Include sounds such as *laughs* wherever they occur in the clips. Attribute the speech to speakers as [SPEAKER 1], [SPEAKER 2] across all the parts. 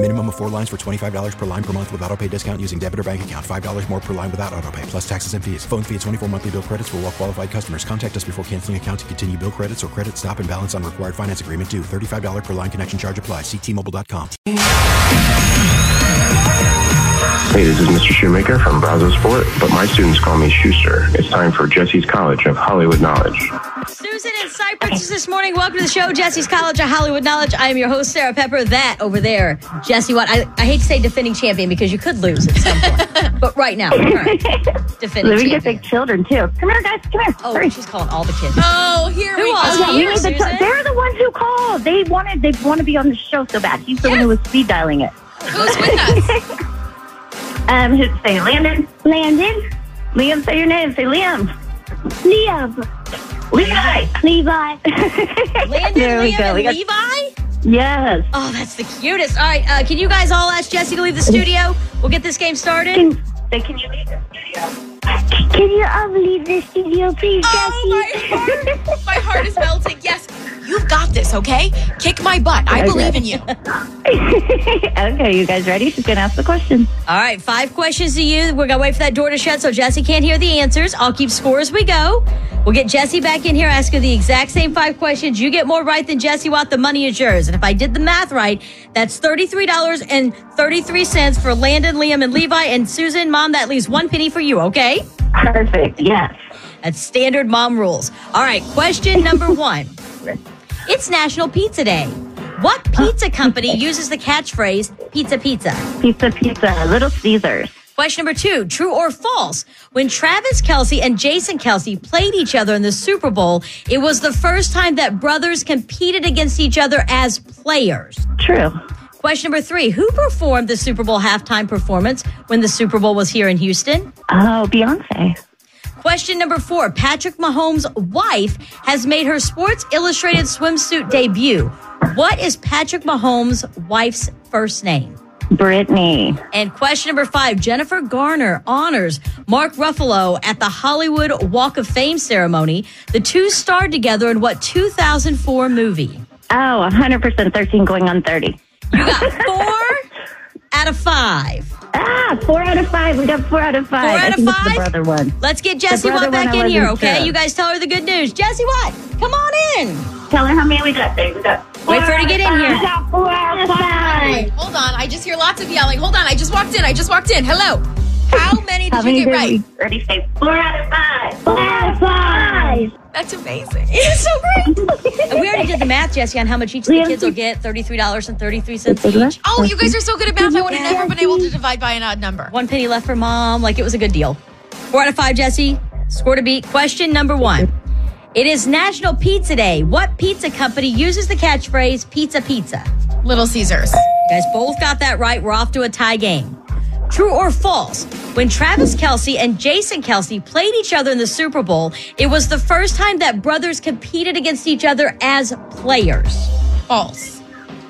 [SPEAKER 1] Minimum of four lines for $25 per line per month with auto pay discount using debit or bank account. $5 more per line without auto pay, plus taxes and fees. Phone fee at 24 monthly bill credits for all well qualified customers. Contact us before canceling account to continue bill credits or credit stop and balance on required finance agreement due. $35 per line connection charge applies. Ctmobile.com.
[SPEAKER 2] Hey, this is Mr. Shoemaker from Brazo Sport, but my students call me Schuster. It's time for Jesse's College of Hollywood Knowledge.
[SPEAKER 3] Susan in Cyprus this morning. Welcome to the show, Jesse's College of Hollywood Knowledge. I am your host, Sarah Pepper. That over there, Jesse Watt. I, I hate to say defending champion because you could lose at some point,
[SPEAKER 4] *laughs*
[SPEAKER 3] but right now, her, defending
[SPEAKER 4] Louis gets
[SPEAKER 3] champion.
[SPEAKER 4] the children too. Come here, guys. Come here.
[SPEAKER 3] Oh,
[SPEAKER 4] Hurry.
[SPEAKER 3] she's calling all the kids.
[SPEAKER 5] Oh, here
[SPEAKER 3] Who
[SPEAKER 5] we
[SPEAKER 3] else?
[SPEAKER 5] go.
[SPEAKER 4] Yeah, you
[SPEAKER 3] here,
[SPEAKER 4] need the
[SPEAKER 3] Susan.
[SPEAKER 4] they're the ones who called. They wanted. They want to be on the show so bad. He's the one who was speed dialing it.
[SPEAKER 5] Who's with us?
[SPEAKER 4] Um, who's saying Landon? Landon. Liam, say your name. Say Liam. Liam. Levi. Levi.
[SPEAKER 3] Landon,
[SPEAKER 4] there we
[SPEAKER 3] Liam,
[SPEAKER 4] go.
[SPEAKER 3] and
[SPEAKER 4] We got,
[SPEAKER 3] Levi.
[SPEAKER 4] *laughs* yes.
[SPEAKER 3] Oh, that's the cutest. All right, uh, can you guys all ask Jesse to leave the studio? We'll get this game started.
[SPEAKER 4] Can, say, can you leave the studio? Can you um, leave the studio, please,
[SPEAKER 5] Oh, my heart. My heart is melting. Yes, you've got this, okay? Kick my butt. I
[SPEAKER 4] Okay.
[SPEAKER 5] believe in you.
[SPEAKER 4] *laughs* okay, you guys ready? She's gonna ask the question.
[SPEAKER 3] All right, five questions to you. We're gonna wait for that door to shut so Jesse can't hear the answers. I'll keep score as we go. We'll get Jesse back in here, ask her the exact same five questions. You get more right than Jesse Watt, the money is yours. And if I did the math right, that's thirty-three dollars and thirty-three cents for Landon, Liam, and Levi, and Susan. Mom, that leaves one penny for you. Okay,
[SPEAKER 4] Perfect. Yes.
[SPEAKER 3] that's standard mom rules. All right, question number *laughs* one. It's National Pizza Day. What pizza company uses the catchphrase "Pizza, Pizza"?
[SPEAKER 4] Pizza, pizza. Little Caesars.
[SPEAKER 3] Question number two, true or false? When Travis Kelsey and Jason Kelsey played each other in the Super Bowl, it was the first time that brothers competed against each other as players.
[SPEAKER 4] True.
[SPEAKER 3] Question number three, who performed the Super Bowl halftime performance when the Super Bowl was here in Houston?
[SPEAKER 4] Oh, Beyonce.
[SPEAKER 3] Question number four, Patrick Mahomes' wife has made her Sports Illustrated swimsuit debut. What is Patrick Mahomes' wife's first name?
[SPEAKER 4] Brittany.
[SPEAKER 3] And question number five Jennifer Garner honors Mark Ruffalo at the Hollywood Walk of Fame ceremony. The two starred together in what 2004 movie?
[SPEAKER 4] Oh, 100% 13 going on 30.
[SPEAKER 3] You got
[SPEAKER 4] *laughs*
[SPEAKER 3] four out of five.
[SPEAKER 4] Ah, four out of five. We got four out of five.
[SPEAKER 3] Four
[SPEAKER 4] I
[SPEAKER 3] out of
[SPEAKER 4] think it's
[SPEAKER 3] five?
[SPEAKER 4] the brother one.
[SPEAKER 3] Let's get Jesse
[SPEAKER 4] brother
[SPEAKER 3] Watt back
[SPEAKER 4] one I
[SPEAKER 3] in here,
[SPEAKER 4] wasn't
[SPEAKER 3] okay?
[SPEAKER 4] sure.
[SPEAKER 3] You guys tell her the good news. Jesse Watt, come on in.
[SPEAKER 4] Tell her how many we got there. We got four
[SPEAKER 3] Wait for her to
[SPEAKER 4] out
[SPEAKER 3] get
[SPEAKER 4] of
[SPEAKER 3] in
[SPEAKER 4] five.
[SPEAKER 3] here.
[SPEAKER 4] We got four out of five.
[SPEAKER 5] Hold on. I just hear lots of yelling. Hold on. I just walked in. I just walked in. Hello. How many did
[SPEAKER 4] How many
[SPEAKER 5] you get
[SPEAKER 4] did
[SPEAKER 5] right?
[SPEAKER 4] we already say? Four out of five. Four out of five.
[SPEAKER 5] That's amazing. *laughs* It's so great.
[SPEAKER 4] *laughs*
[SPEAKER 3] And we already did the math, Jesse, on how much each of the
[SPEAKER 4] Liam,
[SPEAKER 3] kids will get $33.33 each.
[SPEAKER 5] Oh, you guys are so good at math. I would have never been able to divide by an odd number.
[SPEAKER 3] One penny left for mom. Like it was a good deal. Four out of five, Jesse. Score to beat. Question number one. It is National Pizza Day. What pizza company uses the catchphrase pizza pizza?
[SPEAKER 5] Little Caesars.
[SPEAKER 3] You guys both got that right. We're off to a tie game. True or false? When Travis Kelsey and Jason Kelsey played each other in the Super Bowl, it was the first time that brothers competed against each other as players.
[SPEAKER 5] False.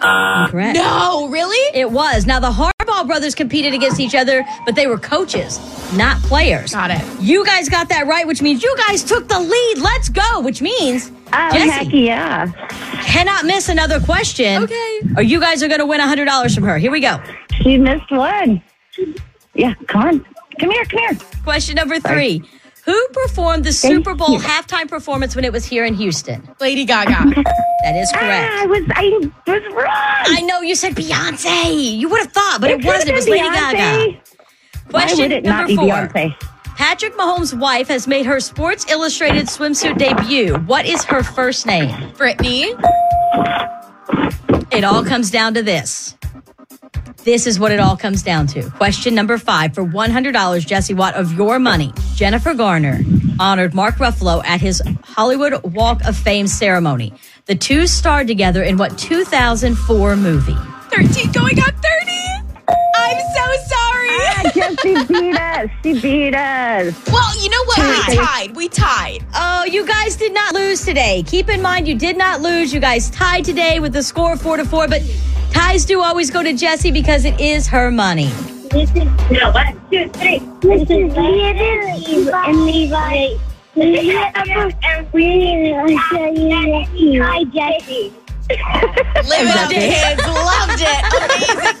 [SPEAKER 3] Correct.
[SPEAKER 5] No, really?
[SPEAKER 3] It was. Now, the Harbaugh brothers competed against each other, but they were coaches, not players.
[SPEAKER 5] Got it.
[SPEAKER 3] You guys got that right, which means you guys took the lead. Let's go, which means
[SPEAKER 4] Oh, heck
[SPEAKER 3] Jesse
[SPEAKER 4] yeah.
[SPEAKER 3] cannot miss another question.
[SPEAKER 5] Okay.
[SPEAKER 3] Or you guys are going to win $100 from her. Here we go.
[SPEAKER 4] She missed one. Yeah, come on. Come here, come here.
[SPEAKER 3] Question number three Who performed the Super Bowl halftime performance when it was here in Houston?
[SPEAKER 5] Lady
[SPEAKER 4] *laughs*
[SPEAKER 5] Gaga.
[SPEAKER 3] That is correct.
[SPEAKER 4] Ah, I was, I was wrong.
[SPEAKER 3] I know you said Beyonce. You would have thought, but it,
[SPEAKER 4] could've
[SPEAKER 3] wasn't. It
[SPEAKER 4] been
[SPEAKER 3] was Lady
[SPEAKER 4] Beyonce.
[SPEAKER 3] Gaga. Question
[SPEAKER 4] Why would it
[SPEAKER 3] number
[SPEAKER 4] not be
[SPEAKER 3] four.
[SPEAKER 4] Beyonce?
[SPEAKER 3] *laughs* Patrick Mahomes' wife has made her Sports Illustrated swimsuit debut. What is her first name?
[SPEAKER 5] Brittany.
[SPEAKER 3] It all comes down to this This is what it all comes down to. Question number five for $100, Jesse Watt, of your money. Jennifer Garner honored Mark Ruffalo at his Hollywood Walk of Fame ceremony. The two starred together in what 2004 movie?
[SPEAKER 5] 13 going on 30. I'm so sorry.
[SPEAKER 4] Jesse beat us. She beat us.
[SPEAKER 5] Well, you know what? We tied. We tied.
[SPEAKER 3] Oh, you guys did not lose today. Keep in mind, you did not lose. You guys tied today with the score four to four, but ties do always go to Jesse because it is her money.
[SPEAKER 4] This is no one, two, three. This is Landon and Levi. And we Hi, Jesse.
[SPEAKER 5] Living up to his. Loved
[SPEAKER 3] *laughs*
[SPEAKER 5] it. Amazing.